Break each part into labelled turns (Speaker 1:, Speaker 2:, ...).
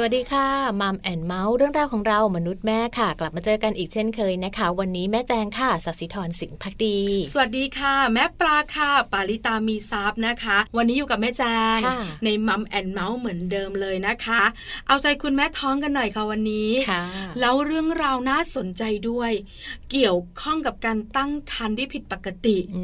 Speaker 1: สวัสดีค่ะมัมแอนเมาส์เรื่องราวของเรามนุษย์แม่ค่ะ กลับมาเจอกันอีกเช่นเคยนะคะ วันนี้แม่แจงค่ะสัสิธรสิงห์พักดี
Speaker 2: สวัสดีค่ะ แม่ปลาค่ะปาลิตามีซับนะคะ วันนี้อยู่กับแม่แจง
Speaker 1: ค่ะ
Speaker 2: ในมัมแอนเมาส์เหมือนเดิมเลยนะคะ เอาใจคุณแม่ท้องกันหน่อยค่ะวันนี้
Speaker 1: ค่ะ
Speaker 2: แล้วเรื่องราวน่าสนใจด้วย เกี่ยวข้องกับการตั้งครรภ์ที่ผิดปกติ
Speaker 1: อื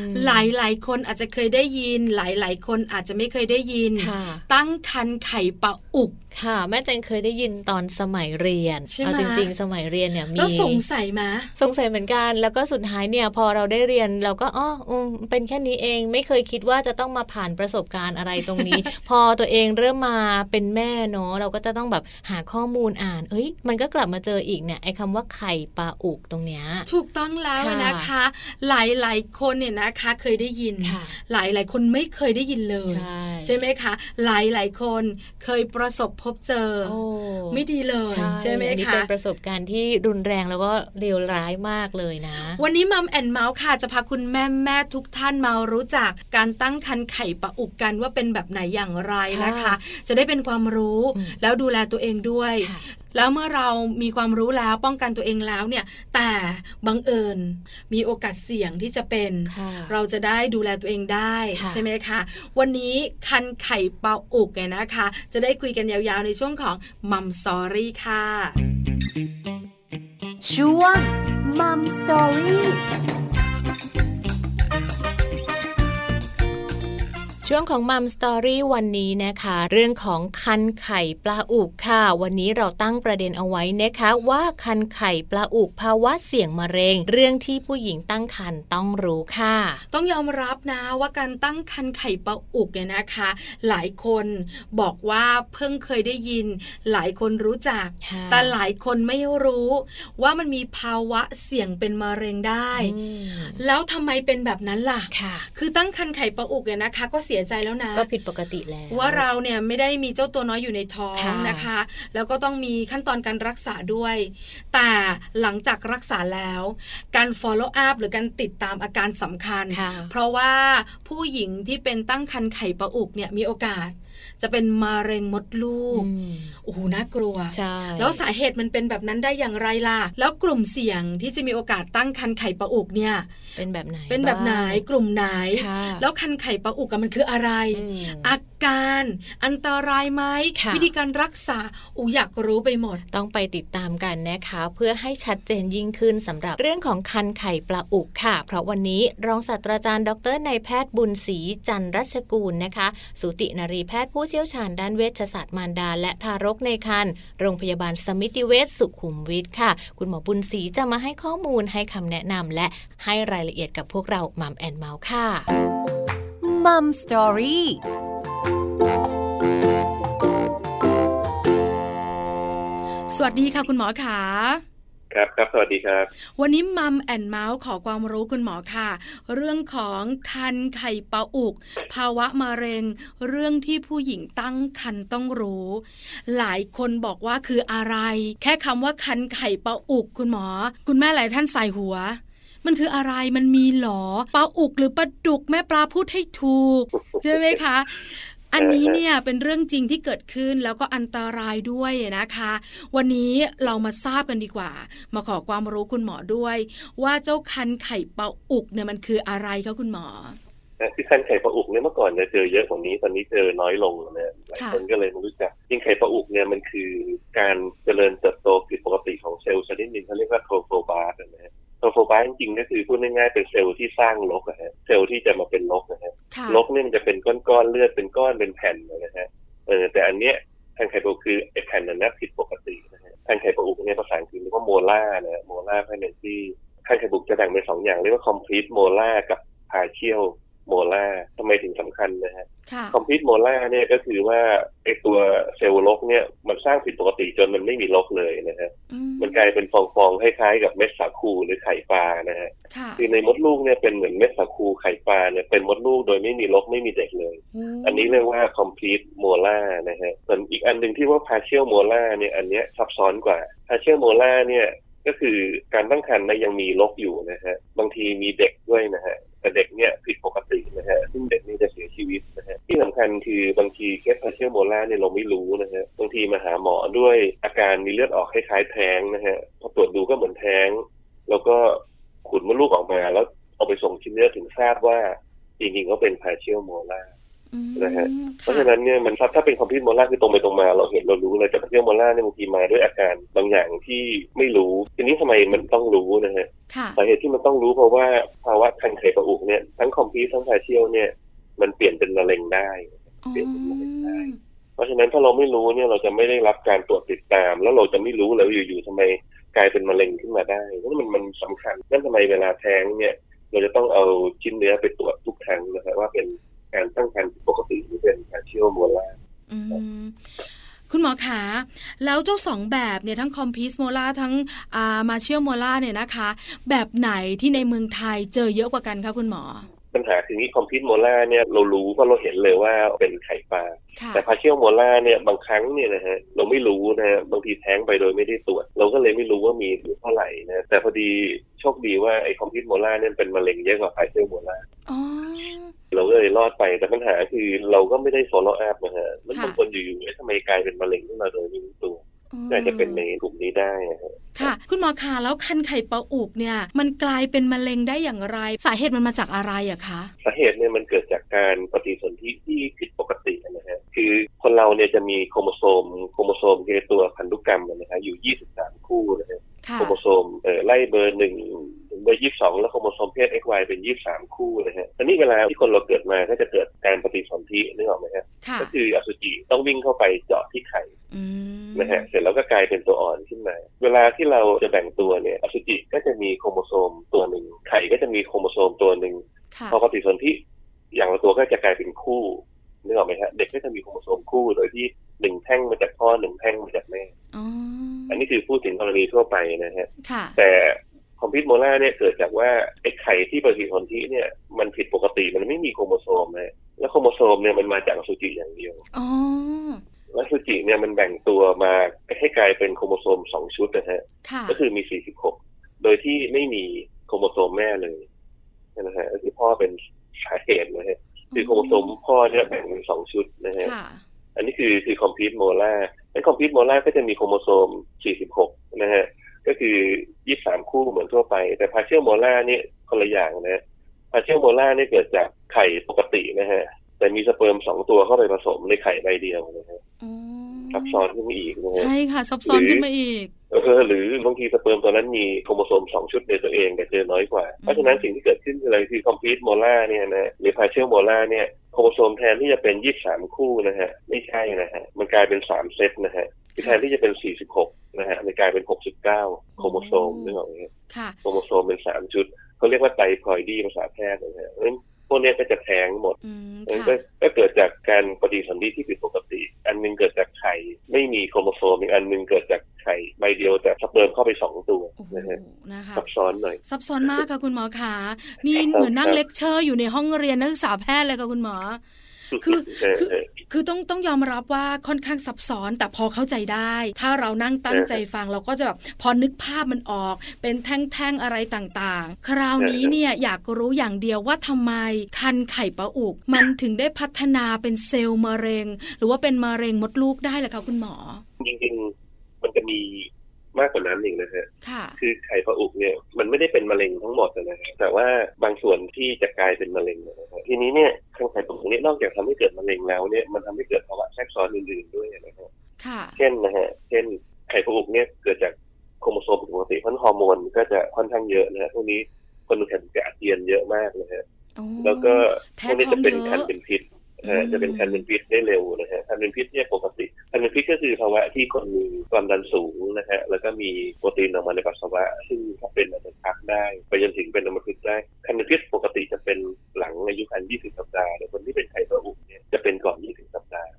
Speaker 1: ม
Speaker 2: หลายหลายๆคนอาจจะเคยได้ยิน หลายหลายๆคนอาจจะไม่เคยได้ยิน
Speaker 1: ค่ะ
Speaker 2: ตั้งครรภ์ไข่ปะอุก
Speaker 1: ค่ะ แม่แจงเคยได้ยินตอนสมัยเรียน
Speaker 2: ใช่ไหม
Speaker 1: เอาจริง ๆ สมัยเรียนเนี่ยมี
Speaker 2: แล้วสงสัยไหม
Speaker 1: สงสัยเหมือนกัน แล้วก็สุดท้ายเนี่ยพอเราได้เรียนเราก็อ๋ออืมเป็นแค่นี้เองไม่เคยคิดว่าจะต้องมาผ่านประสบการณ์อะไรตรงนี้ พอตัวเองเริ่มมาเป็นแม่เนาะเราก็จะต้องแบบหาข้อมูลอ่าน เอ้ย มันก็กลับมาเจออีกเนี่ยไอ้คำว่าไข่ปลาอุกตรงเนี้ย
Speaker 2: ถูกต้องแล้ว
Speaker 1: ค่ะ
Speaker 2: นะคะ หลายหลายๆคนเนี่ยนะคะ เคยได้ยิน
Speaker 1: ค่ะ
Speaker 2: หลายหลายๆคนไม่เคยได้ยินเลย
Speaker 1: ใช่
Speaker 2: ใช่ไหมคะ หลายหลายๆคนเคยประสบพบเจอ
Speaker 1: โอ้
Speaker 2: ไม่ดีเลยไหม
Speaker 1: อันนี้
Speaker 2: คะ
Speaker 1: เป็นประสบการณ์ที่รุนแรงแล้วก็เลวร้ายมากเลยนะ
Speaker 2: วันนี้มัมแอนเมาส์ค่ะจะพาคุณแม่แม่ๆทุกท่านมารู้จักการตั้งครรภ์ไข่ปะอุกกันว่าเป็นแบบไหนอย่างไรนะคะ
Speaker 1: ค่ะ
Speaker 2: จะได้เป็นความรู้
Speaker 1: อืม
Speaker 2: แล้วดูแลตัวเองด้วย
Speaker 1: ค่ะ
Speaker 2: แล้วเมื่อเรามีความรู้แล้วป้องกันตัวเองแล้วเนี่ย แต่บังเอิญมีโอกาสเสี่ยงที่จะเป็น
Speaker 1: ค่ะ
Speaker 2: เราจะได้ดูแลตัวเองได้
Speaker 1: ค่ะ
Speaker 2: ใช่ไหมคะ วันนี้คันไข่เปาอุกเนี่ยนะคะ จะได้คุยกันยาวๆในช่วงของมัมสอรี่ค่ะ
Speaker 3: ช่วงมัมสตอรี่
Speaker 1: ช่วงของมัมสตอรี่วันนี้นะคะ เรื่องของคันไข่ปลาอุกค่ะ วันนี้เราตั้งประเด็นเอาไว้นะคะ ว่าคันไข่ปลาอุกภาวะเสี่ยงมะเร็ง เรื่องที่ผู้หญิงตั้งครรภ์ต้องรู้ค่ะ
Speaker 2: ต้องยอมรับนะว่าการตั้งคันไข่เปาอุกเนี่ยนะคะ หลายคนบอกว่าเพิ่งเคยได้ยิน หลายคนรู้จัก
Speaker 1: ค่ะ
Speaker 2: แต่หลายคนไม่รู้ ว่ามันมีภาวะเสี่ยงเป็นมะเร็งได้
Speaker 1: อืม
Speaker 2: แล้วทำไมเป็นแบบนั้นล่ะ
Speaker 1: ค่ะ
Speaker 2: คือตั้งคันไข่เปาอุกเนี่ยนะคะ ก็เสียใจแล้วนะ
Speaker 1: ก็ผิดปกติแล้ว
Speaker 2: ว่าเราเนี่ยไม่ได้มีเจ้าตัวน้อยอยู่ในท้อง
Speaker 1: ค่ะ
Speaker 2: นะคะ แล้วก็ต้องมีขั้นตอนการรักษาด้วย แต่หลังจากรักษาแล้ว การ follow up หรือการติดตามอาการสำคัญ
Speaker 1: ค่ะ
Speaker 2: เพราะว่าผู้หญิงที่เป็นตั้งครรภ์ไข่ปะอุกเนี่ยมีโอกาส จะเป็นมะเร็งมดลูก
Speaker 1: อืม
Speaker 2: โอ้โหน่ากลัว
Speaker 1: ใช่
Speaker 2: แล้วสาเหตุมันเป็นแบบนั้นได้อย่างไรล่ะ แล้วกลุ่มเสี่ยงที่จะมีโอกาสตั้งครรภ์ไข่ปะอุกเนี่ย
Speaker 1: เป็นแบบไหน
Speaker 2: เป็นแบบไหนกลุ่มไหน
Speaker 1: างค่ะ
Speaker 2: แล้วคันไข่ปะอุกอะมันคืออะไร
Speaker 1: อืม
Speaker 2: อาการอันตรายไหม
Speaker 1: ค่ะ
Speaker 2: วิธีการรักษาอูอยากรู้ไปหมด
Speaker 1: ต้องไปติดตามกันนะคะ เพื่อให้ชัดเจนยิ่งขึ้นสำหรับเรื่องของคันไข่ปลาอุกค่ะ เพราะวันนี้รองศาสตราจารย์ดรนายแพทย์บุญศรีจันทรัชกูลนะคะ สูตินรีแพทย์ผู้เชี่ยวชาญด้านเวชศาสตร์มารดา และทารกในครรภ์โรงพยาบาลสมิติเวชสุขุมวิทค่ะ คุณหมอบุญศรีจะมาให้ข้อมูลให้คำแนะนำและให้รายละเอียดกับพวกเรามัมแอนเมาส์ค่ะ
Speaker 3: มัมสตอรี่
Speaker 2: สวัสดีค่ะคุณหมอขา
Speaker 4: ครับครับ สวัสดีครับ
Speaker 2: วันนี้มัมแอนเมาส์ขอความรู้คุณหมอค่ะ เรื่องของคันไข่ปะอุก ภาวะมะเร็ง เรื่องที่ผู้หญิงตั้งคันต้องรู้ หลายคนบอกว่าคืออะไร แค่คำว่าคันไข่ปะอุก คุณหมอ คุณแม่หลายท่านใส่หัว มันคืออะไรมันมีหรอปลาอุกหรือปลาดุกแม่ปลาพูดให้ถูก ใช่ไหมคะ อันนี้เนี่ยเป็นเรื่องจริงที่เกิดขึ้นแล้วก็อันตรายด้วยนะคะ วันนี้เรามาทราบกันดีกว่า มาขอความรู้คุณหมอด้วย ว่าเจ้าคันไข่เปาอุกเนี่ยมันคืออะไรคะคุณหมอ
Speaker 4: นะคือคันไข่ปลาอุกเนี่ยเมื่อก่อนจะเจอเยอะกว่านี้ตอนนี้เจอน้อยลงแล้วเนี่ยหลาย
Speaker 2: ค่ะ
Speaker 4: คนก็เลยไม่รู้จักจริงไข่ปลาอุกเนี่ยมันคือการเจริญเติบโตผิดปกติของเซลล์ชนิดหนึ่งเขาเรียกว่าโทรโฟบาสนะฮะโทรโฟบาสจริงๆก็คือพูดง่ายๆเป็นเซลล์ที่สร้างรกนะฮะเซลล์ที่จะมาเป็นรกนะฮะ
Speaker 2: ค่ะ
Speaker 4: รกเนี่ยมันจะเป็นก้อนๆเลือดเป็นก้อนเป็นแผ่นนะฮะเออแต่อันเนี้ยคันไข่ปลาอุกคือไอ้แผ่นนั้นนะผิดปกตินะฮะคันไข่ปลาอุกเนี่ยภาษาอังกฤษเรียกว่าโมล่านะฮะโมล่าภายในที่คันไข่ปลาอุกจะแบ่งเป็นสองอย่างเรียกว่า complete molar กับ partial molar ทำไมถึงสำคัญนะฮะ
Speaker 2: ค่ะ
Speaker 4: complete molar เนี่ยก็คือว่าไอตัวเซลล์รกเนี่ยมันสร้างผิดปกติจนมันไม่มีรกเลยนะฮะ
Speaker 2: อื
Speaker 4: มันกลายเป็นฟองๆคล้ายๆกับเม็ดสาคูหรือไข่ปลานะฮะ
Speaker 2: ค่ะ
Speaker 4: คือในมดลูกเนี่ยเป็นเหมือนเม็ดสาคูไข่ปลาเนี่ยเป็นมดลูกโดยไม่มีรกไม่มีเด็กเลย
Speaker 2: ม
Speaker 4: อันนี้เรียกว่า complete molar นะฮะ ส่วนอีกอันหนึ่งที่ว่า partial molar เนี่ยอันเนี้ยซับซ้อนกว่า partial molar เนี่ยก็คือการตั้งครรภ์นะยังมีรกอยู่นะฮะ บางทีมีเด็กด้วยนะฮะ แต่เด็กเนี่ย คือบางทีเคสพาเชียลโมล่าเนี่ยเราไม่รู้นะฮะบางทีมาหาหมอด้วยอาการมีเลือดออกคล้ายๆแท้งนะฮะพอตรวจดูก็เหมือนแท้ง แล้วก็ขุดมดลูกออกมาแล้วเอาไปส่งชิ้นเนื้อถึงทราบว่าจริงๆเขาเป็นพาเชียลโมล่า
Speaker 2: อืม
Speaker 4: นะฮะ เพ
Speaker 2: ค่
Speaker 4: ราะฉะนั้นเนี่ยมันถ้าเป็นคอมพิวต์โมล่าคือตรงไปตรงมาเราเห็นเรารู้เลยแต่พาเชียลโมล่าเนี่ยบางทีมาด้วยอาการบางอย่างที่ไม่รู้ทีนี้ทำไมมันต้องรู้นะฮะ
Speaker 2: ค่ะ
Speaker 4: สาเหตุที่มันต้องรู้เพราะว่าภาวะคันไข่ประอุกเนี่ยทั้งคอมพิวทั้งพาเชียลเนี่ยมันเปลี่ยนเป็นมะเร็งได้
Speaker 2: อ๋อ
Speaker 4: เพราะฉะนั้นถ้าเราไม่รู้เนี่ยเราจะไม่ได้รับการตรวจติดตาม แล้วเราจะไม่รู้เลยว่าอยู่ๆทำไมกลายเป็นมะเร็งขึ้นมาได้นั่นมันมันสำคัญนั่นทำไมเวลาแท้งเนี่ยเราจะต้องเอาชิ้นเนื้อไปตรวจทุกครั้งนะครับว่าเป็นการตั้งครรภ์ผิดปกติหรือเป็นพาเชียลโมล่า
Speaker 2: อืม คุณหมอขา แล้วเจ้าสองแบบเนี่ยทั้งคอมพิสโมล่าทั้งอ่ามาเชียลโมล่าเนี่ยนะคะ แบบไหนที่ในเมืองไทยเจอเยอะกว่ากันคะคุณหมอ
Speaker 4: ปัญหาคือนี้คอมพิวโมล่าเนี่ยเรารู้ว่าะเราเห็นเลยว่าเป็นไข่ปลา
Speaker 2: ค่ะ
Speaker 4: แต่พาเชียลโมล่าเนี่ยบางครั้งเนี่ยนะฮะเราไม่รู้นะฮะบางทีแท้งไปโดยไม่ได้ตรวจ เราก็เลยไม่รู้ว่ามีอยู่เท่าไหร่นะแต่พอดีโชคดีว่าไอ้คอมพิวโมล่าเนี่ยเป็นมะเร็งเยอะกว่าพาเชียลโมล่า
Speaker 2: อ๋อ
Speaker 4: เราก็เลยรอดไปแต่ปัญหาคือเราก็ไม่ได้โซโลอัพนะฮะมัน
Speaker 2: ค่ะ
Speaker 4: บางคนอยู่ๆเอ๊ะทำไมกลายเป็นมะเร็งขึ้นมาโดยไม่รู้ตัว
Speaker 2: อืม
Speaker 4: น่าจะเป็นในกลุ่มนี้ได้นะฮะ
Speaker 2: ค่ะ คุณหมอขาแล้วคันไข่ปลาอุกเนี่ย มันกลายเป็นมะเร็งได้อย่างไร สาเหตุมันมาจากอะไรอะคะ
Speaker 4: สาเหตุเนี่ยมันเกิดจากการปฏิสนธิที่ผิดปกตินะฮะคือคนเราเนี่ยจะมีโครโมโซมโครโมโซมคือตัวพันธุกรรมนะฮะอยู่ 23 คู่นะฮะ
Speaker 2: ค่ะ
Speaker 4: โครโมโซมเอ่อไล่เบอร์หนึ่งถึงเบอร์ยี่สองแล้วโครโมโซมเพศ XY เป็นยี่สามคู่นะฮะตอนนี้เวลาที่คนเราเกิดมาก็จะเกิดการปฏิสนธินึกออกไหมฮะ
Speaker 2: ค่ะ
Speaker 4: ก็คืออสุจิต้องวิ่งเข้าไปเจาะที่ไข่
Speaker 2: อืม
Speaker 4: นะฮะเสร็จแล้วก็กลายเป็นตัวอ่อนขึ้นมา เวลาที่เราจะแบ่งตัวเนี่ยอสุจิก็จะมีโครโมโซมตัวหนึ่งไข่ก็จะมีโครโมโซมตัวหนึ่ง
Speaker 2: ค่ะ
Speaker 4: พอปฏิสนธิอย่างละตัวก็จะกลายเป็นคู่นึกออกไหมฮะเด็กก็จะมีโครโมโซมคู่โดยที่หนึ่งแท่งมาจากพ่อหนึ่งแท่งมาจากแม่
Speaker 2: อ๋อ
Speaker 4: อันนี้คือพูดถึงกรณีทั่วไปนะฮะ
Speaker 2: ค่ะ
Speaker 4: แต่คอมพิวโมล่าเนี่ยเกิดจากว่าไอ้ไข่ที่ปฏิสนธิเนี่ยมันผิดปกติมันไม่มีโครโมโซมนะแล้วโครโมโซมเนี่ยมันมาจากอสุจิอย่างเดียว
Speaker 2: อ๋อ
Speaker 4: แล้วอสุจิเนี่ยมันแบ่งตัวมาให้กลายเป็นโครโมโซมสองชุดนะฮะ
Speaker 2: ค่ะ
Speaker 4: ก็คือมี 46 โดยที่ไม่มีโครโมโซมแม่เลยนะฮะก็คือพ่อเป็นสาเหตุนะฮะคือโครโมโซมพ่อเนี่ยแบ่งเป็นสองชุดนะฮะ
Speaker 2: ค่ะ
Speaker 4: อันนี้คือคือคอมพิวต์โมล่าไอ้คอมพิวต์โมล่าก็จะมีโครโมโซม 46 นะฮะ ก็คือ 23 คู่เหมือนทั่วไป แต่พาเชียลโมล่านี่คนละอย่างนะพาเชียลโมล่านี่เกิดจากไข่ปกตินะฮะ แต่มีสเปิร์มสองตัวเข้าไปผสมในไข่ใบเดียวนะฮะ
Speaker 2: อ๋อ
Speaker 4: ซับซ้อนขึ้นมาอีกนะฮะ
Speaker 2: ใช่ค่ะ ซับซ้อน
Speaker 4: หรือ
Speaker 2: ขึ้นมาอีก
Speaker 4: เออหรือบางทีสเปิร์มตัวนั้นมีโครโมโซมสองชุดในตัวเองแต่เจอน้อยกว่า เพราะฉะนั้นสิ่งที่เกิดขึ้นคืออะไรคือคอมพิวต์โมล่าเนี่ยนะหรือพาเชียลโมล่าเนี่ยโครโมโซมแทนที่จะเป็น 23 คู่นะฮะไม่ใช่นะฮะมันกลายเป็น 3 เซตนะฮะคือแทนที่จะเป็น 46 นะฮะมันกลายเป็น 69 โครโมโซมนึกออกไหมฮะ
Speaker 2: ค่ะ
Speaker 4: โครโมโซมเป็น 3 ชุดเขาเรียกว่าไตรพลอยดีภาษาแพทย์นะฮะเพราะฉะนั้นพวกเนี้ยก็จะแทงหมด
Speaker 2: อืม
Speaker 4: มัน
Speaker 2: ค่ะ
Speaker 4: ก็ก็เกิดจากการปฏิสนธิที่ผิดปกติ อันหนึงเกิดจากไข่ไม่มีโครโมโซมอีกอันหนึงเกิดจากไข่ใบเดียวแต่สเปิร์มเข้าไปสองตัว
Speaker 2: โอ้โห
Speaker 4: นะฮะ
Speaker 2: นะคะ
Speaker 4: ซับซ้อนหน่อย
Speaker 2: ซับซ้อนมากค่ะคุณหมอขานี่
Speaker 4: ครับ
Speaker 2: เหมือนนั่
Speaker 4: ค
Speaker 2: ง
Speaker 4: รับ
Speaker 2: เลคเชอร์อยู่ในห้องเรียนนักศึกษาแพทย์เลยค่ะคุณหมอ คือ
Speaker 4: เออ
Speaker 2: คือ
Speaker 4: เออ
Speaker 2: คือต้องต้องยอมรับว่าค่อนข้างซับซ้อนแต่พอเข้าใจได้ ถ้าเรานั่งตั้งใจฟังเราก็จะแบบพอนึกภาพมันออก เป็นแท่งๆอะไรต่างๆ คราวนี้เนี่ยอยากรู้อย่างเดียวว่าทำไมคันไข่ปลาอุก มันถึงได้พัฒนาเป็นเซลล์มะเร็ง หรือว่าเป็นมะเร็งมดลูกได้ล่ะคะคุณหมอ
Speaker 4: จริงๆ มันจะมีมากกว่านั้นอีกนะฮะ
Speaker 2: ค่ะ
Speaker 4: คือไข่ปลาอุกเนี่ยมันไม่ได้เป็นมะเร็งทั้งหมดนะฮะแต่ว่าบางส่วนที่จะกลายเป็นมะเร็งนะฮะทีนี้เนี่ยทางไข่ปลาอุกเนี่ยนอกจากทำให้เกิดมะเร็งแล้วเนี่ยมันทำให้เกิดภาวะแทรกซ้อนอื่นๆด้วยนะฮะ
Speaker 2: ค่ะ
Speaker 4: เช่นนะฮะ เช่นไข่ปลาอุกเนี่ยเกิดจากโครโมโซมผิดปกติเพราะฉะนั้นฮอร์โมนก็จะค่อนข้างเยอะนะฮะพวกนี้คนดูแข่งจะอาเจียนเยอะมากนะฮะ
Speaker 2: โอ้
Speaker 4: แล้วก็
Speaker 2: แพ
Speaker 4: พ
Speaker 2: ท
Speaker 4: วก
Speaker 2: ย์
Speaker 4: นี้
Speaker 2: ท้อ
Speaker 4: จะ
Speaker 2: ง
Speaker 4: เป็น
Speaker 2: เย
Speaker 4: คัน
Speaker 2: อะ
Speaker 4: เป็นพิษนะ
Speaker 2: อื
Speaker 4: ฮะ
Speaker 2: ม
Speaker 4: จะเป็นคันเป็นพิษได้เร็วนะฮะคันเป็นพิษเนี่ยปกติคันเป็นพิษก็คือภาวะที่คนมีความดันสูงนะฮะแล้วก็มีโปรตีนออกมาในปัสสาวะ ซึ่งถ้าเป็นอาจจะชักได้ ไปจนถึงเป็นอัมพฤกษ์ได้คันเป็นพิษปกติจะเป็นหลังอายุครรภ์20 สัปดาห์แต่คนที่เป็นไข่ปลาอุกเนี่ยจะเป็นก่อน 20 สัปดาห์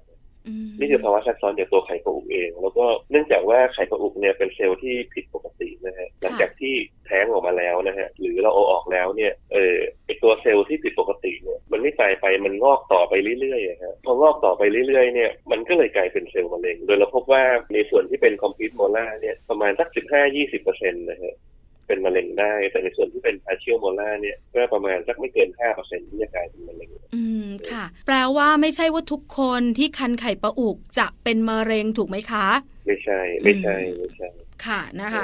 Speaker 2: อืม
Speaker 4: นี่คือภาวะแทรกซ้อนจากตัวไข่ปลาอุกเอง แล้วก็เนื่องจากว่าไข่ปลาอุกเนี่ยเป็นเซลล์ที่ผิดปกตินะฮะหลังจากที่แท้งออกมาแล้วนะฮะหรือเราเอาออกแล้วเนี่ยเออไอตัวเซลล์ที่ผิดปกติเนี่ยมันไม่ตายไปมันงอกต่อไปเรื่อยๆอะฮะพองอกต่อไปเรื่อยๆเนี่ยมันก็เลยกลายเป็นเซลล์มะเร็ง โดยเราพบว่าในส่วนที่เป็นคอมพิวต์โมล่าเนี่ยประมาณสัก 15-20%นะฮะ เป็นมะเร็งได้ แต่ในส่วนที่เป็น partial molar เนี่ยก็ประมาณสักไม่เกิน 5%ที่จะกลายเป็นมะเร็ง
Speaker 2: อืมค่ะ แปลว่าไม่ใช่ว่าทุกคนที่คันไข่ปลาอุกจะเป็นมะเร็งถูกไหมคะ
Speaker 4: ไม่ใช่ ไม่ใช่ ไม่ใช่
Speaker 2: ค่ะนะคะ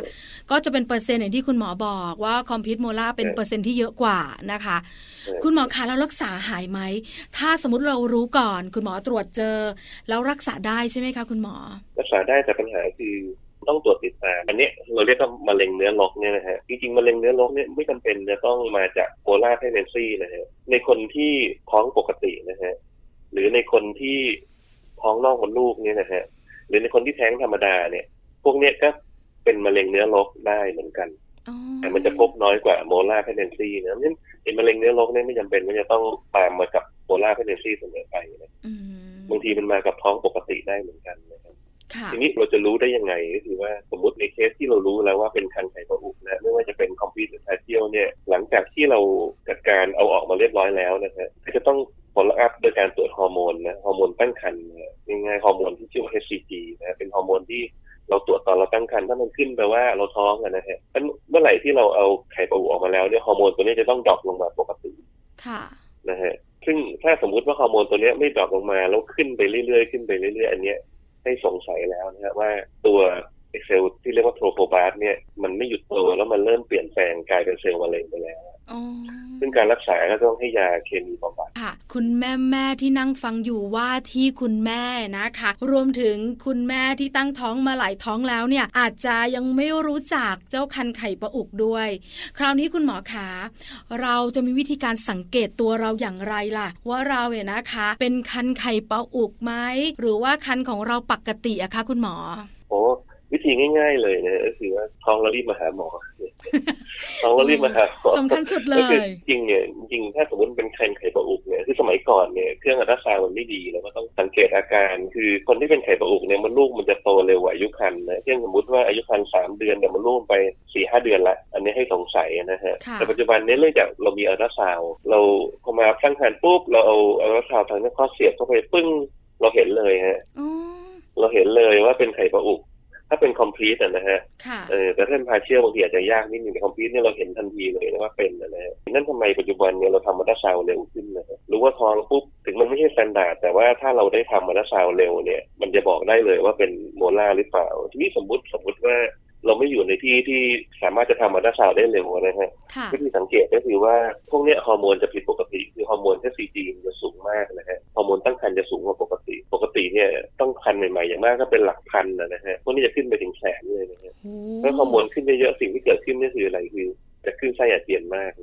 Speaker 2: ก็จะเป็นเปอร์เซ็นต์อย่างที่คุณหมอบอกว่าคอมพิวโมล่าเป็น
Speaker 4: ใช่
Speaker 2: เปอร์เซ็นต์ที่เยอะกว่านะคะ
Speaker 4: เออ
Speaker 2: คุณหมอคะแล้วรักษาหายไหม ถ้าสมมติเรารู้ก่อน คุณหมอตรวจเจอ แล้วรักษาได้ใช่ไหมคะ คุณหมอ
Speaker 4: รักษาได้แต่ปัญหาคือต้องตรวจติดตาม อันเนี้ยเราเรียกว่ามะเร็งเนื้อล็อกเนี่ยนะฮะ จริงๆ มะเร็งเนื้อล็อกเนี่ยไม่จำเป็นจะต้องมาจากโพลาร์เทนซีนะฮะ ในคนที่ท้องปกตินะฮะ หรือในคนที่ท้องนอกมดลูกเนี่ยนะฮะ หรือในคนที่แท้งธรรมดาเนี่ย พวกเนี้ยก็เป็นมะเร็งเนื้อล็อกได้เหมือนกัน
Speaker 2: อ๋อ
Speaker 4: แต่มันจะพบน้อยกว่าโมลาร์เพนเดนซีนะเพราะฉะนั้นไอ้มะเร็งเนื้อโรคเนี่ยไม่จำเป็นว่าจะต้องตามมากับโมลาร์เพนเดนซีเสมอไปนะ
Speaker 2: อืม
Speaker 4: บางทีมันมากับท้องปกติได้เหมือนกันนะครับ
Speaker 2: ค่ะ
Speaker 4: ทีนี้เราจะรู้ได้ยังไงก็คือว่าสมมติในเคสที่เรารู้แล้วว่าเป็นคันไข่ปลาอุกนะไม่ว่าจะเป็นคอมพิวเตอร์ทาเทียลเนี่ยหลังจากที่เราจัดการเอาออกมาเรียบร้อยแล้วนะฮะก็จะต้องผลลัพธ์โดยการตรวจฮอร์โมนนะฮอร์โมนตั้งครรภ์นะง่ายๆฮอร์โมนที่ชื่อว่า HCG นะเป็นฮอร์โมนที่ เราตรวจตอนเราตั้งครรภ์ถ้ามันขึ้นแปลว่าเราท้องอะนะฮะอันเมื่อไหร่ที่เราเอาไข่ปลาอูออกมาแล้วเนี่ยฮอร์โมนตัวนี้จะต้องดรอปลงมาปกติ
Speaker 2: ค่ะ
Speaker 4: นะฮะซึ่งถ้าสมมุติว่าฮอร์โมนตัวเนี้ยไม่ดรอปลงมาแล้วขึ้นไปเรื่อยๆขึ้นไปเรื่อยๆอันเนี้ยให้สงสัยแล้วนะฮะว่าตัวเซลล์ที่เรียกว่าโทรโพบาสเนี่ยมันไม่หยุดโตแล้วมันเริ่มเปลี่ยนแปลงกลายเป็นเซลล์มะเร็งไปแล้ว
Speaker 2: อ๋อ
Speaker 4: ซึ่งการรักษาก็ต้องให้ยาเคมีบำบัด
Speaker 2: ค่ะ คุณแม่แม่ที่นั่งฟังอยู่ว่าที่คุณแม่นะคะ รวมถึงคุณแม่ที่ตั้งท้องมาหลายท้องแล้วเนี่ย อาจจะยังไม่รู้จักเจ้าคันไข่ปลาอุกด้วย คราวนี้คุณหมอคะเราจะมีวิธีการสังเกตตัวเราอย่างไรล่ะ ว่าเราเนี่ยนะคะ เป็นคันไข่ปลาอุกไหมหรือว่าคันของเราปกติอะคะคุณหมอ
Speaker 4: โอ้วิธีง่าย ๆ เลยนะก็คือว่าท้องเรารีบมาหาหมอ ท้องเรารีบมาหาหมอ
Speaker 2: สำคัญสุดเล
Speaker 4: ก็คือย จริงเนี่ยจริงๆถ้าสมมติเป็นไข่ไข่ปลาอุกเนี่ยคือสมัยก่อนเนี่ยเครื่องอัลตราซาวด์มันไม่ดีเราก็ต้องสังเกตอาการ คือคนที่เป็นไข่ปลาอุกเนี่ยมันลูกมันจะโตเร็วกว่าอายุครรภ์นะเช่นสมมติว่าอายุครรภ์สามเดือนแต่มันลูกไปสี่ห้าเดือนละอันนี้ให้สงสัยนะฮะ
Speaker 2: ค่ะ
Speaker 4: แต่ปัจจุบันเนี่ยเนื่องจากเรามีอัลตราซาวด์เราพอมาตั้งครรภ์ปุ๊บเราเอาอัลตราซาวด์ทางหน้าข้อเสียบเข้าไปปึ้งเราเห็นเลยฮะ
Speaker 2: อ๋อ
Speaker 4: เราเห็นเลยว่าเป็นไข่ปลาอุก ถ้าเป็นคอมพลีทนะฮะ
Speaker 2: ค่ะ
Speaker 4: เออแต่ถ้าเป็นพาเชียลบางทีอาจจะยากนิดหนึ่งแต่คอมพิวเตอร์เนี่ยเราเห็นทันทีเลยนะว่าเป็นนะฮะนั่นทำไมปัจจุบันเนี่ยเราทำมาตราซาวด์เร็วขึ้นนะฮะรู้ว่าท้องปุ๊บถึงมันไม่ใช่สแตนดาร์ดแต่ว่าถ้าเราได้ทำมาตราซาวด์เร็วเนี่ย มันจะบอกได้เลยว่าเป็นโมล่าหรือเปล่า ทีนี้สมมติสมมติว่าเราไม่อยู่ในที่ที่สามารถจะทำมาตราซาวด์ได้เร็วนะฮะ
Speaker 2: ค่ะ
Speaker 4: วิธีสังเกตก็คือว่าพวกเนี้ยฮอร์โมนจะผิดปกติคือฮอร์โมนเทสซีจีจะสูงมากนะฮะฮอร์โมนตั้งครรภ์จะสูงกว่าปกติ ปกติเนี่ยต้องครรภ์ใหม่ๆอย่างมากก็เป็นหลักพันนะนะฮะพวกนี้จะขึ้นไปถึงแสนเลยนะฮะ เมื่อฮอร์โมนขึ้นเยอะๆสิ่งที่เกิดขึ้นนี่คืออะไรคือจะขึ้นไส้อาเจียนมาก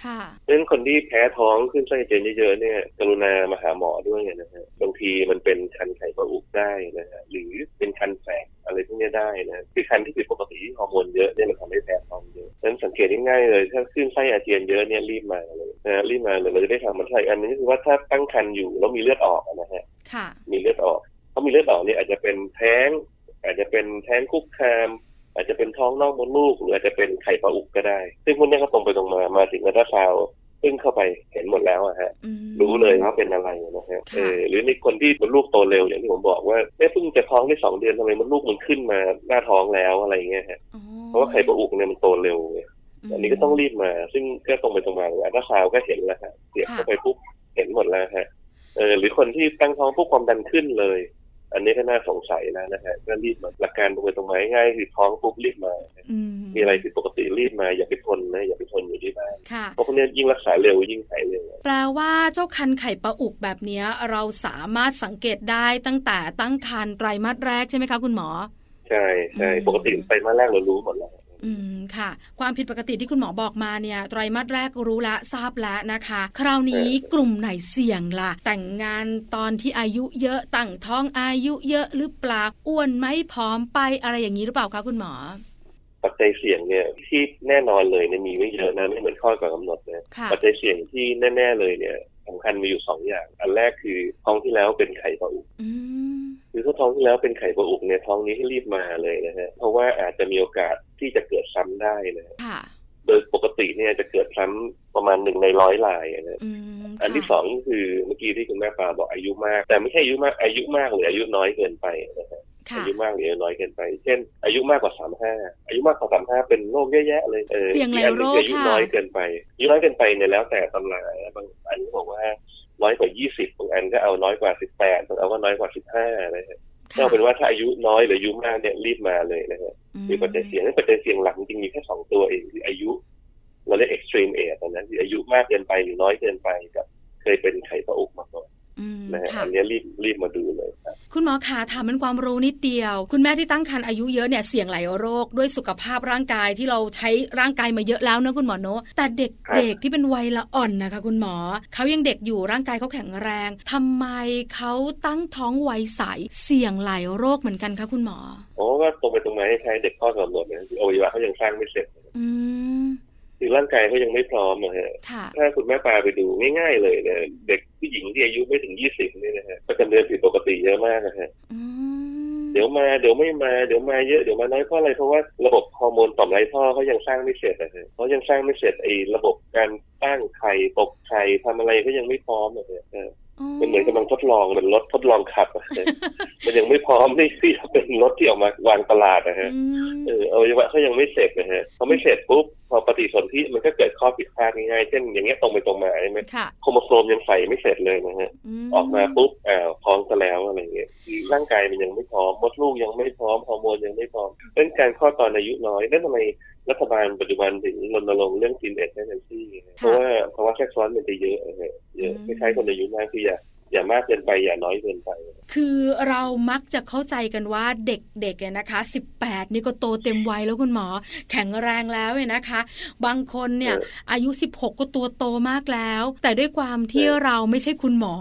Speaker 4: เพราะ
Speaker 2: ค่ะ
Speaker 4: ฉะนั้นคนที่แพ้ท้องขึ้นไส้อาเจียนเยอะๆเนี่ยกรุณามาหาหมอด้วยนะฮะบางทีมันเป็นคันไข่ปลาอุกได้นะฮะหรือเป็นคันแฝกอะไรพวกเนี้ยได้นะคือคันที่ผิดปกติที่ฮอร์โมนเยอะเนี่ยมันทำให้แพ้ท้องเยอะฉะนั้นสังเกตง่ายๆเลยถ้าขึ้นไส้อาเจียนเยอะเนี่ยรีบมาเลยนะฮะรีบมาเลยเราจะได้ทำมันใช่อันนี้คือว่าถ้าตั้งคันอยู่แล้วมีเลือดออกนะฮะ
Speaker 2: ค่ะ
Speaker 4: มีเลือดออกเพราะมีเลือดออกเนี่ยอาจจะเป็นแท้ง อาจจะเป็นแท้งคุกคาม อาจจะเป็นท้องนอกมดลูก หรืออาจจะเป็นไข่ปลาอุกก็ได้ ซึ่งพวกเนี้ยก็ตรงไปตรงมามาถึงอัลตราซาวด์ซึ่งเข้าไปเห็นหมดแล้วอะฮะ
Speaker 2: อืม
Speaker 4: รู้เลยว่าเป็นอะไรนะฮะเออหรือในคนที่มดลูกโตเร็วอย่างที่ผมบอกว่าแม่เพิ่งจะท้องได้สองเดือนทำไมมดลูกมันขึ้นมาหน้าท้องแล้วอะไรอย่างเงี้ยฮะเพราะว่าไข่ปลาอุกเนี่ยมันโตเร็วไง อันนี้ก็ต้องรีบมา ซึ่งก็ตรงไปตรงมาเลยอัลตราซาวด์ก็เห็นแล้วฮะเสียบเข้าไปปุ๊บเห็นหมดแล้วฮะเออหรือคนที่ตั้งท้องพวกความดันขึ้นเลย อันนี้ก็น่าสงสัยแล้วนะฮะก็รีบมาหลักการตรงไปตรงมาง่ายๆคือท้องปุ๊บรีบมา มีอะไรผิดปกติรีบมาอย่าไปทนนะอย่าไปทนอยู่ที่บ้าน
Speaker 2: ค่ะ
Speaker 4: เพราะพวกเนี้ยยิ่งรักษาเร็วยิ่งหายเร็ว
Speaker 2: แปลว่าเจ้าคันไข่ปลาอุกแบบเนี้ยเราสามารถสังเกตได้ตั้งแต่ตั้งครรภ์ไตรมาสแรกใช่ไหมคะคุณหมอ
Speaker 4: ใช่ใช่
Speaker 2: อืม
Speaker 4: ปกติไปมาแรกเรารู้หมดแล้ว
Speaker 2: อืมค่ะ ความผิดปกติที่คุณหมอบอกมาเนี่ยไตรมาสแรกรู้ละทราบแล้วนะคะ คราวนี้กลุ่มไหนเสี่ยงล่ะ แต่งงานตอนที่อายุเยอะตั้งท้องอายุเยอะหรือเปล่าอ้วนไหมผอมไปอะไรอย่างนี้หรือเปล่าคะคุณหมอ
Speaker 4: ปัจจัยเสี่ยงเนี่ยที่แน่นอนเลยเนี่ยมีไม่เยอะนะไม่เหมือนข้อก่อนกำหนดนะ
Speaker 2: ค่ะ
Speaker 4: ปัจจัยเสี่ยงที่แน่ ๆ เลยเนี่ยสำคัญมีอยู่สองอย่าง อันแรกคือท้องที่แล้วเป็นไข่ปลาอุก
Speaker 2: อืม
Speaker 4: คือถ้าท้องที่แล้วเป็นไข่ปลาอุกเนี่ยท้องนี้ให้รีบมาเลยนะฮะเพราะว่าอาจจะมีโอกาสที่จะเกิดซ้ำได้นะฮะ
Speaker 2: ค่ะ
Speaker 4: โดยปกติเนี่ยจะเกิดซ้ำประมาณหนึ่งในร้อยรายนะฮะ
Speaker 2: อืม
Speaker 4: อันที่
Speaker 2: ค่ะ
Speaker 4: สองก็คือเมื่อกี้ที่คุณแม่ปลาบอกอายุมาก แต่ไม่ใช่อายุมากอายุมากหรืออายุน้อยเกินไปนะฮะ
Speaker 2: ค่ะ
Speaker 4: อายุมากหรืออายุน้อยเกินไป เช่น อายุมากกว่าสามห้าอายุมากกว่าสามห้าเป็นโรคเยอะแยะเลยออ
Speaker 2: เสี่ยงหลาย
Speaker 4: อันนึ่
Speaker 2: โรค
Speaker 4: ออายุ
Speaker 2: ค่ะ
Speaker 4: น้อยเกินไปอายุน้อยเกินไปเนี่ยแล้วแต่ตำราบางอันก็บอกว่าน้อยกว่ายี่สิบบางอันก็เอาน้อยกว่าสิบแปดบางอันก็น้อยกว่าสิบห้าอะไรฮะ
Speaker 2: ค่ะ
Speaker 4: ก็เอาเป็นว่าถ้าอายุน้อยหรืออายุมากเนี่ยรีบมาเลยนะฮะมีปัจจัยเสี่ยงและปัจจัยเสี่ยงหลังจริงมีแค่สองตัวเองคืออายุ เราเรียก extreme age ตอนนั้นคืออายุมากเกินไปหรือน้อยเกินไปกับ เคยเป็นไข้ประอุกมาก่อน
Speaker 2: อืม
Speaker 4: นะฮะ
Speaker 2: ค่ะ
Speaker 4: อันเนี้ยรีบรีบมาดูเลยครับ
Speaker 2: คุณหมอขาถามเป็นความรู้นิดเดียว คุณแม่ที่ตั้งครรภ์อายุเยอะเนี่ยเสี่ยงหลายโรคด้วยสุขภาพร่างกายที่เราใช้ร่างกายมาเยอะแล้วนะคุณหมอโนะแต่เด็ก
Speaker 4: ครับ
Speaker 2: เด็กที่เป็นวัยละอ่อนนะคะ คุณหมอเขายังเด็กอยู่ร่างกายเขาแข็งแรงทำไมเขาตั้งท้องวัยใสเสี่ยงหลายโรคเหมือนกันคะคุณหมอ
Speaker 4: โอ้ก็ตรงไปตรงมาให้ใช้เด็กข้อกำหนดนะคืออวัยวะเขายังสร้างไม่เสร็จ
Speaker 2: อืม
Speaker 4: คือร่างกายเขายังไม่พร้อมนะฮะ
Speaker 2: ค่ะ
Speaker 4: ถ้าคุณแม่ปลาไปดูง่ายๆเลยเนี่ยเด็กผู้หญิงที่อายุไม่ถึงยี่สิบนี่ยนะฮะประจำเดือนผิดปกติเยอะมากนะฮะ
Speaker 2: อืม
Speaker 4: เดี๋ยวมาเดี๋ยวไม่มาเดี๋ยวมาเยอะเดี๋ยวมาน้อยเพราะอะไรเพราะว่าระบบฮอร์โมนต่อมไรท่อเขายังสร้างไม่เสร็จนะฮะเขายังสร้างไม่เสร็จไอ้ระบบการตั้งไข่ตกไข่ทำอะไรก็ยังไม่พร้อมนะฮะเออ มันเหมือนกำลังทดลองเหมือนรถทดลองขับอะ มันยังไม่พร้อมที่ที่จะเป็นรถที่ออกมาวางตลาดนะฮะ
Speaker 2: อืม
Speaker 4: เอออวัยวะเขายังไม่เสร็จนะฮะพอไม่เสร็จปุ๊บพอปฏิสนธิมันก็เกิดข้อผิดพลาดง่ายๆเช่นอย่างเงี้ยตรงไปตรงมาใช่ไหม
Speaker 2: ค่ะ
Speaker 4: โครโมโซมยังใส่ไม่เสร็จเลยนะฮะออกมาปุ๊บอ้าวท้องซะแล้วอะไรเงี้ยคือร่างกายมันยังไม่พร้อมมดลูกยังไม่พร้อมฮอร์โมนยังไม่พร้อมเรื่องการคลอดตอนอายุน้อยนั่นทำไมรัฐบาลปัจจุบันถึงรณรงค์เรื่องทีนเอทแอนซี่เพราะว่าภาวะแทรกซ้อนมันจะเยอะนะฮะเยอะคล้ายๆคนอายุมากคืออย่าอย่ามากเกินไปอย่าน้อยเกินไป
Speaker 2: คือเรามักจะเข้าใจกันว่าเด็กๆเนี่ยนะคะ 18 นี่ก็โตเต็มวัยแล้วคุณหมอ แข็งแรงแล้วเนี่ยนะคะ บางคนเนี่ย
Speaker 4: เออ
Speaker 2: อายุ 16 ก็ตัวโตมากแล้ว แต่ด้วยความที่
Speaker 4: เออ
Speaker 2: เราไม่ใช่คุณหมอ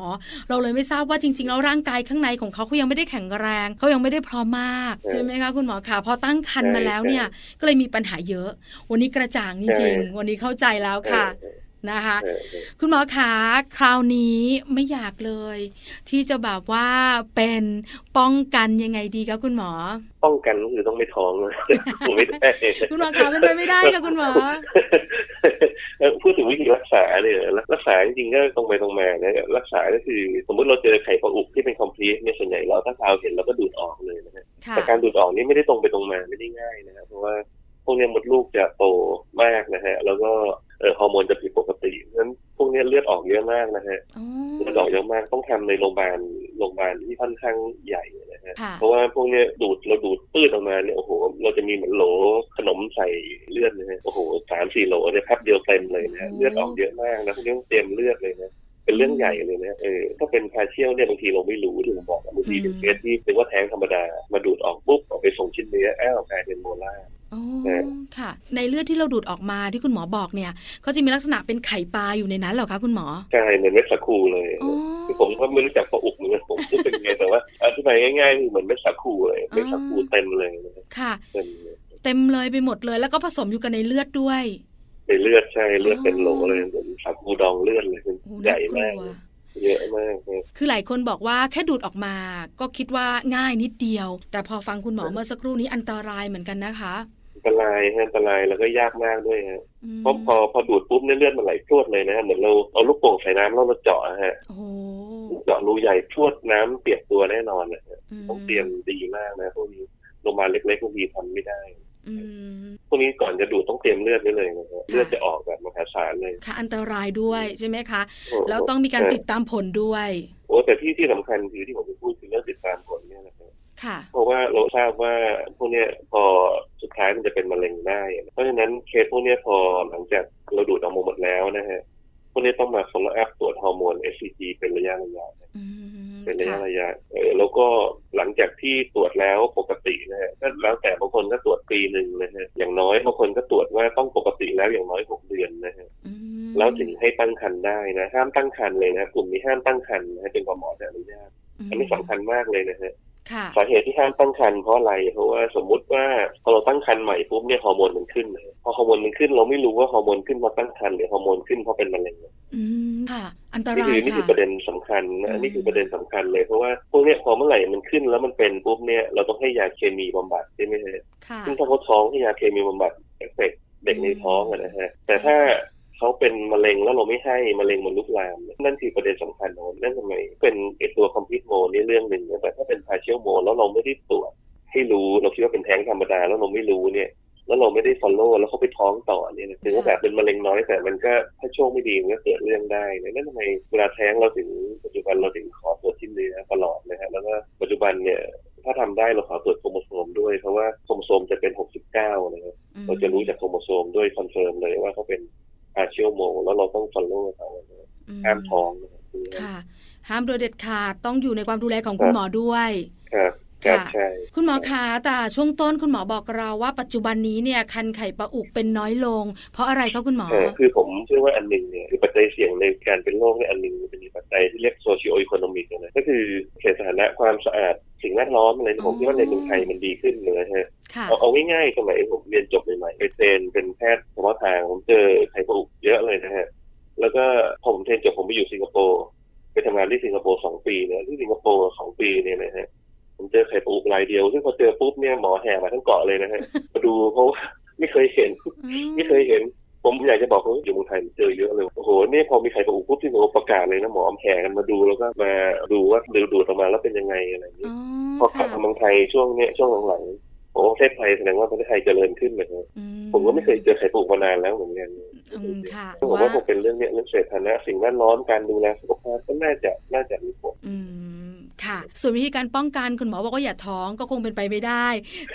Speaker 2: เราเลยไม่ทราบว่าจริงๆแล้วร่างกายข้างในของเขาเขายังไม่ได้แข็งแรงเขายังไม่ได้พร้อมมากใช่ไหมคะคุณหมอคะพอตั้งครรภ์มาแล้วเนี่ยก็เลยมีปัญหาเยอะ วันนี้กระจ่างจริงๆวันนี้เข้าใจแล้วค่ะ
Speaker 4: เออ
Speaker 2: นะคะ
Speaker 4: เออเออ
Speaker 2: คุณหมอขาคราวนี้ไม่อยากเลย ที่จะแบบว่าเป็นป้องกันยังไงดีคะคุณหมอ
Speaker 4: ป้องกันก็คือต้องไม่ท้อง นะ ผมไม่ได้
Speaker 2: คุณหมอขาเป็นไปไม่ได้ค่ะคุณหมอ
Speaker 4: เอ่อพูดถึงวิธีรักษาเนี่ยรักษาจริงๆก็ตรงไปตรงมานะรักษาก็คือ สมมุติเราเจอไข่ปลาอุกที่เป็นคอมพลีทเนี่ยส่วนใหญ่เราถ้าเราเห็นเราก็ดูดออกเลยนะฮะ
Speaker 2: ค่ะ
Speaker 4: แต่การดูดออกนี่ไม่ได้ตรงไปตรงมาไม่ได้ง่ายนะครับเพราะว่าพวกเนี้ยมดลูกจะโตมากนะฮะแล้วก็เอ่อฮอร์โมนจะผิดปกติเพราะฉะนั้นพวกเนี้ยเลือดออกเยอะมากนะฮะ
Speaker 2: อ๋อ
Speaker 4: เลือดออกเยอะมากต้องทำในโรงพยาบาลโรงพยาบาลที่ค่อนข้างใหญ่นะฮะ
Speaker 2: ค่ะ
Speaker 4: เพราะว่าพวกเนี้ยดูดเราดูดปื้ดออกมาเนี่ยโอ้โห เราจะมีเหมือนโหลขนมใส่เลือดนะฮะโอ้โหสามสี่โหลเนี่ยแป๊บเดียวเต็มเลยนะฮะเลือดออกเยอะมากนะพวกนี้ต้องเตรียมเลือดเลยนะเป็นเรื่องใหญ่เลยนะเออถ้าเป็นพาเชียลเนี่ยบางทีเราไม่รู้ที่ผมบอกอะบางทีเป็นเคสที่เป็นว่าแท้งธรรมดามาดูดออกปุ๊บเอาไปส่งชิ้นเนื้ออ้าวกลายเป็นโมล่า
Speaker 2: โอ้
Speaker 4: เออ
Speaker 2: ค่ะ ในเลือดที่เราดูดออกมาที่คุณหมอบอกเนี่ยเขาจะมีลักษณะเป็นไข่ปลาอยู่ในนั้นเหรอคะคุณหมอก
Speaker 4: ลายเป็นเม็ดสาคูเลย
Speaker 2: อ๋อ
Speaker 4: คือผมก็ไม่รู้จักปลาอุกเหมือนกันผม ก็เป็นไงแต่ว่าอธิบายง่ายๆคือเหมือนเม็ดสาคูเลยเม็ดสาคูเต็มเลยนะฮะ
Speaker 2: ค่ะ
Speaker 4: เต็มเลย
Speaker 2: เต็มเลยไปหมดเลย แล้วก็ผสมอยู่กันในเลือดด้วย
Speaker 4: ในเลือดใช่เลือด
Speaker 2: อ๋อ
Speaker 4: เป็นโหลเลยเหมือนสับกูดองเลือดเลย
Speaker 2: โอ้
Speaker 4: ให
Speaker 2: น่า
Speaker 4: ญ่
Speaker 2: กลั
Speaker 4: มาก
Speaker 2: ว
Speaker 4: เยอะมากเลย
Speaker 2: คือหลายคนบอกว่าแค่ดูดออกมาก็คิดว่าง่ายนิดเดียว แต่พอฟังคุณหมอ
Speaker 4: เออ
Speaker 2: เมื่อสักครู่นี้อันตรายเหมือนกันนะคะ
Speaker 4: อันตรายฮะอันตรายแล้วก็ยากมากด้วยฮะ
Speaker 2: อืม
Speaker 4: เพราะพอพอดูดปุ๊บเนี่ยเลือดมันไหลพรวดเลยนะฮะเหมือนเราเอาลูกโป่งใส่น้ำแล้วเราเจาะฮะ
Speaker 2: โอ้โห
Speaker 4: เจาะรูใหญ่พรวดน้ำเปียกตัวแน่นอนนะฮะ
Speaker 2: ม
Speaker 4: ต้องเตรียมดีมากนะพวกนี้โรงพยาบาลเล็กๆพวกนี้ทำไม่ได้
Speaker 2: อืม
Speaker 4: พวกนี้ก่อนจะดูดต้องเตรียมเลือดไว้เลยนะฮะเลือด
Speaker 2: ค่ะ
Speaker 4: จะออกแบบมหาศาลเลย
Speaker 2: ค่ะอันตรายด้วยใช่ไหมคะ
Speaker 4: โโห
Speaker 2: แล้วต้องมีการ
Speaker 4: ใช่
Speaker 2: ติดตามผลด้วย
Speaker 4: โอ้แต่ที่ที่สำคัญคือที่ผมจะพูดคือเรื่องติดตามผลเนี่ยนะครับ
Speaker 2: ค่ะ
Speaker 4: เพราะว่าเราทราบว่าพวกเนี้ยพอสุดท้ายมันจะเป็นมะเร็งได้ เพราะฉะนั้นเคสพวกเนี้ยพอหลังจากเราดูดออกมาหมดแล้วนะฮะ พวกเนี้ยต้องมา follow up ตรวจฮอร์โมน HCG เป็นระยะระยะ
Speaker 2: อืม
Speaker 4: เป็นระยะ
Speaker 2: ค่ะ
Speaker 4: ระยะเออแล้วก็หลังจากที่ตรวจแล้วปกตินะฮะก็แล้วแต่บางคนก็ตรวจปีหนึ่งนะฮะอย่างน้อยบางคนก็ตรวจว่าต้องปกติแล้วอย่างน้อยหกเดือนนะฮะ
Speaker 2: อืม
Speaker 4: แล้วถึงให้ตั้งครรภ์ได้นะห้ามตั้งครรภ์เลยนะกลุ่มนี้ห้ามตั้งครรภ์นะฮะเป็นความหมอแต่อนุญาตอันนี้สำคัญมากเลยนะฮะ
Speaker 2: ค่ะ
Speaker 4: สาเหตุที่ห้ามตั้งครรภ์เพราะอะไร เพราะว่าสมมุติว่าพอเราตั้งครรภ์ใหม่ปุ๊บเนี่ยฮอร์โมนมันขึ้นเลยพอฮอร์โมนมันขึ้นเราไม่รู้ว่าฮอร์โมนขึ้นเพราะตั้งครรภ์หรือฮอร์โมนขึ้นเพราะเป็นมะเร็ง
Speaker 2: อืมค่ะ อันต
Speaker 4: นี่
Speaker 2: รา
Speaker 4: คื
Speaker 2: ย
Speaker 4: อนี่
Speaker 2: ค่ะ
Speaker 4: คือประเด็นสำคัญนะอันนี่คือประเด็นสำคัญเลยเพราะว่าพวกเนี้ยพอเมื่อไหร่มันขึ้นแล้วมันเป็นปุ๊บเนี่ยเราต้องให้ยาเคมีบำบัดใช่ไหมฮะ
Speaker 2: ค่ะ
Speaker 4: ซึ่งถ้าเขาท้องให้ยาเคมีบำบัดเอฟเฟกต์เด็กในท้องอะนะฮะแต่ถ้า เขาเป็นมะเร็งแล้วเราไม่ให้มะเร็งมันลุกลามเนี่ยนั่นคือประเด็นสำคัญของนั่นทำไมเป็นไอตัวคอมพิวโมนี่เรื่องหนึ่งนะแต่ถ้าเป็นพาเชียลโมแล้วเราไม่ได้ตรวจให้รู้เราคิดว่าเป็นแท้งธรรมดาแล้วเราไม่รู้เนี่ย แล้วเราไม่ได้ฟอลโล่แล้วเขาไปท้องต่อเนี่ยนะถึงว่าแบบเป็นมะเร็งน้อยแต่มันก็ถ้าโชคไม่ดีมันก็เกิดเรื่องได้นะนั่นทำไมเวลาแท้งเราถึงปัจจุบันเราถึงขอตรวจที่เนื้อตลอดนะฮะแล้วก็ปัจจุบันเนี่ย ถ้าทำได้เราขอตรวจโครโมโซมด้วยเพราะว่าโครโมโซมจะเป็น 69 นะครับ
Speaker 2: อืม
Speaker 4: เราจะรู้จากโครโมโซมด้วยคอนเฟิร์มเลยว่าเขาเป็นอาเชียวโมแล้วเราต้องฟอลโล่เขานะครับห้ามท้องนะครับ
Speaker 2: ค่ะ ห้ามโดยเด็ดขาดต้องอยู่ในความดูแลของคุณหมอด้วย
Speaker 4: ครับครับ
Speaker 2: ค่ะ
Speaker 4: ใช่
Speaker 2: คุณหมอคะแต่ช่วงต้นคุณหมอบอกเราว่าปัจจุบันนี้เนี่ยคันไข่ปลาอุกเป็นน้อยลง เพราะอะไรคะคุณหมอ
Speaker 4: เออคือผมเชื่อว่าอันหนึ่งเนี่ยคือปัจจัยเสี่ยงในการเป็นโรคเนี่ยอันหนึ่งมันจะมีปัจจัยที่เรียกโซเชีย o อ c o ค o นมิกนะก็คือเขตสถานะความสะอาดสิ่งแวดล้อมอะไร
Speaker 2: อ๋อ
Speaker 4: ผมคิดว่าในเมืองไทยมันดีขึ้นเลยนะฮะ
Speaker 2: ค่ะ
Speaker 4: เอาเอาง่ายๆสมัยผมเรียนจบใหม่ๆไปเทรนเป็นแพทย์เฉพาะทางผมเจอไข่ปลาอุกเยอะเลยนะฮะแล้วก็พอผมเทรนจบผมไปอยู่สิงคโปร์ ไปทำงานที่สิงคโปร์สองปีเนี่ยที่สิงคโปร์สองปีเนี่ยนะฮะผมเจอไข่ปูรายเดียว ซึ่งพอเจอปุ๊บเนี่ยหมอแห่มาทั้งเกาะเลยนะฮะ มาดูเพราะว่าไม่เคยเห็น
Speaker 2: อืม
Speaker 4: ไม่เคยเห็น ผมอยากจะบอกว่าอยู่เมืองไทยเจอเยอะเลยโอ้โหนี่พอมีไข่ปูปุ๊บที่ผมประกาศเลยนะหมอแห่กันมาดูแล้วก็มาดูว่าดูดูดออกมาแล้วเป็นยังไงอะไรอย่าง
Speaker 2: อ๋
Speaker 4: นี้
Speaker 2: อ
Speaker 4: พอขั
Speaker 2: ค่ะ
Speaker 4: บมาเมืองไทยช่วงเนี้ยช่วงหลังๆผมว่าประเทศไทยแสดงว่าประเทศไทยเจริญขึ้นเลยนะ
Speaker 2: อื
Speaker 4: ผมก็ไม่เคยเจอไข่ปูมานานแล้วเหมือนกัน
Speaker 2: อืมค่ะ
Speaker 4: ผมว่าคงเป็นเรื่องเนี้ยเรื่องเศรษฐานะสิ่งแวดล้อมการดูแลสุขภาพก็น่าจะน่าจะมีผล
Speaker 2: อืมค่ะ ส่วนวิธีการป้องกันคุณหมอบอกว่าอย่าท้องก็คงเป็นไปไม่ได้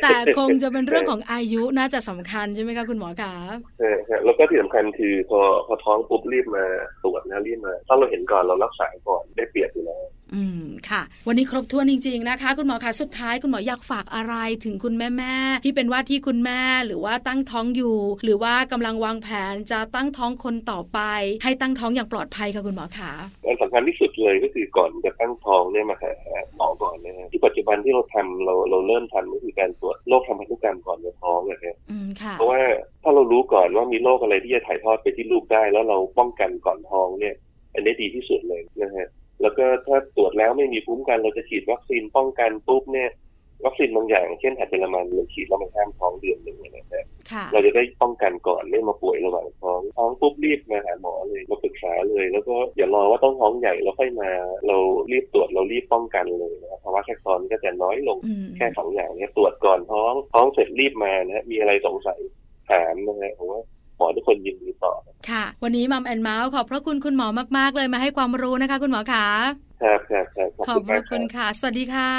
Speaker 2: แต่ คงจะเป็นเรื่องของอายุน่าจะสำคัญใช่ไหมคะคุณหมอคะ
Speaker 4: ใช่ฮะแล้วก็ที่สำคัญคือพอพอท้องปุ๊บรีบมาตรวจนะรีบมาถ้าเราเห็นก่อนเรารักษาก่อนได้เปรียบอยู่แล้ว
Speaker 2: อืมค่ะ วันนี้ครบถ้วนจริง ๆ นะคะ คุณหมอคะสุดท้ายคุณหมออยากฝากอะไรถึงคุณแม่ๆที่เป็นว่าที่คุณแม่หรือว่าตั้งท้องอยู่ หรือว่ากำลังวางแผนจะตั้งท้องคนต่อไป ให้ตั้งท้องอย่างปลอดภัยค่ะคุณหมอคะ
Speaker 4: อันสำคัญที่สุดเลยก็คือก่อนจะตั้งท้องเนี่ยมาหาหมอก่อนนะฮะที่ปัจจุบันที่เราทำเราเราเริ่มทำก็คือการตรวจโรคทางพันธุกรรมก่อนจะท้องนะฮะ
Speaker 2: อืมค่ะ
Speaker 4: เพราะว่าถ้าเรารู้ก่อนว่ามีโรคอะไรที่จะถ่ายทอดไปที่ลูกได้ แล้วเราป้องกันก่อนท้องเนี่ย อันนี้ดีที่สุดเลยนะฮะแล้วก็ถ้าตรวจแล้วไม่มีภูมิคุ้มกันเราจะฉีดวัคซีนป้องกันปุ๊บเนี่ยวัคซีนบางอย่างเช่นหัดเป็นละมันเราฉีดแล้วมันห้ามท้องเดือนหนึ่งนะฮะ
Speaker 2: ค่ะ
Speaker 4: เราจะได้ป้องกันก่อนไม่มาป่วยระหว่างท้องท้องปุ๊บรีบมาหาหมอเลยมาปรึกษาเลย แล้วก็อย่ารอว่าต้องท้องใหญ่แล้วค่อยมา เรารีบตรวจเรารีบป้องกันเลยนะครับภาวะแทรกซ้อนก็จะน้อยลง
Speaker 2: อืม
Speaker 4: แค่สองอย่างเนี้ตรวจก่อนท้องท้องเสร็จรีบมานะฮะมีอะไรสงสัยถามนะฮะผมว่าหมอทุกคนยินดีตอบ
Speaker 2: ค่ะ วันนี้มัมแอนเมาส์ขอบพระคุณคุณหมอมาก ๆ เลยมาให้ความรู้นะคะ คุณหมอขา
Speaker 4: ครับครับครับ
Speaker 2: ขอบพระคุณ
Speaker 4: มาก
Speaker 2: ค่ะ สวัสดีค่ะ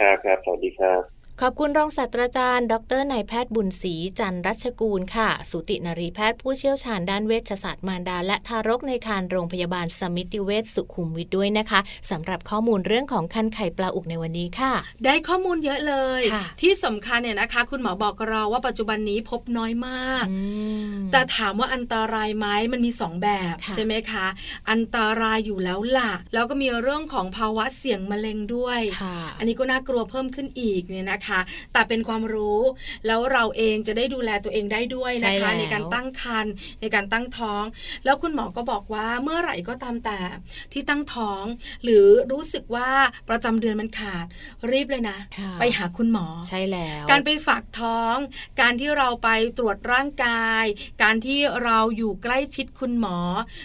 Speaker 4: ครับครับสวัสดีครับ
Speaker 1: ขอบคุณรองศาสตราจารย์ ดรนายแพทย์บุญศรีจันทรัชกูลค่ะ สูตินรีแพทย์ผู้เชี่ยวชาญด้านเวชศาสตร์มารดา และทารกในครรภ์โรงพยาบาลสมิติเวชสุขุมวิทด้วยนะคะสำหรับข้อมูลเรื่องของคันไข่ปลาอุกในวันนี้ค่ะ
Speaker 2: ได้ข้อมูลเยอะเลย
Speaker 1: ค่ะ
Speaker 2: ที่สำคัญเนี่ยนะคะ คุณหมอบอกเราว่าปัจจุบันนี้พบน้อยมาก
Speaker 1: อืม
Speaker 2: แต่ถามว่าอันตรายไหมมันมีสองแบบ
Speaker 1: ค่ะ
Speaker 2: ใช่ไหมคะ อันตรายอยู่แล้วล่ะ แล้วก็มีเรื่องของภาวะเสี่ยงมะเร็งด้วย
Speaker 1: ค่ะ
Speaker 2: อันนี้ก็น่ากลัวเพิ่มขึ้นอีกเนี่ยนะคะ แต่เป็นความรู้ แล้วเราเองจะได้ดูแลตัวเองได้ด้วยนะ
Speaker 1: ใช่แล้
Speaker 2: คะ
Speaker 1: ว
Speaker 2: ในการตั้งครรภ์ในการตั้งท้อง แล้วคุณหมอก็บอกว่าเมื่อไหร่ก็ตามแต่ที่ตั้งท้อง หรือรู้สึกว่าประจำเดือนมันขาด รีบเลยนะ
Speaker 1: ค่ะ
Speaker 2: ไปหาคุณหมอ
Speaker 1: ใช่แล้ว
Speaker 2: การไปฝากท้อง การที่เราไปตรวจร่างกาย การที่เราอยู่ใกล้ชิดคุณหมอ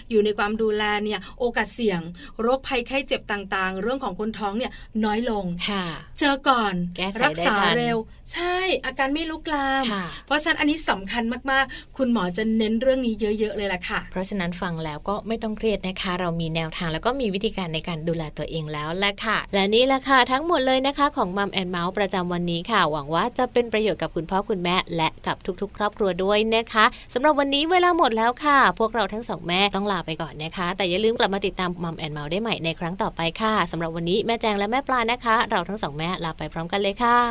Speaker 2: อยู่ในความดูแลเนี่ยโอกาสเสี่ยง โรคภัยไข้เจ็บต่างๆ เรื่องของคนท้องเนี่ยน้อยลง
Speaker 1: ค่ะ
Speaker 2: เจอก่อน
Speaker 1: แก้ไข
Speaker 2: รัษา
Speaker 1: ได้ทัน
Speaker 2: เร็ว ใช่อาการไม่ลุกลาม
Speaker 1: ค่ะ
Speaker 2: เพราะฉะนั้นอันนี้สำคัญมากๆ คุณหมอจะเน้นเรื่องนี้เยอะ ๆ เลยล่ะค่ะ
Speaker 1: เพราะฉะนั้นฟังแล้วก็ไม่ต้องเครียดนะคะ เรามีแนวทางแล้วก็มีวิธีการในการดูแลตัวเองแล้วแหละค่ะ และนี่แหละค่ะทั้งหมดเลยนะคะ ของมัมแอนเมาส์ประจำวันนี้ค่ะ หวังว่าจะเป็นประโยชน์กับคุณพ่อคุณแม่ และกับทุกๆ ครอบครัวด้วยนะคะสำหรับวันนี้เวลาหมดแล้วค่ะ พวกเราทั้งสองแม่ต้องลาไปก่อนนะคะ แต่อย่าลืมกลับมาติดตามมัมแอนเมาส์ได้ใหม่ในครั้งต่อไปค่ะสำหรับวันนี้แม่แจงและแม่ปลานะคะ เราทั้งสองแม่ลาไปพร้อมกันเลยค่ะ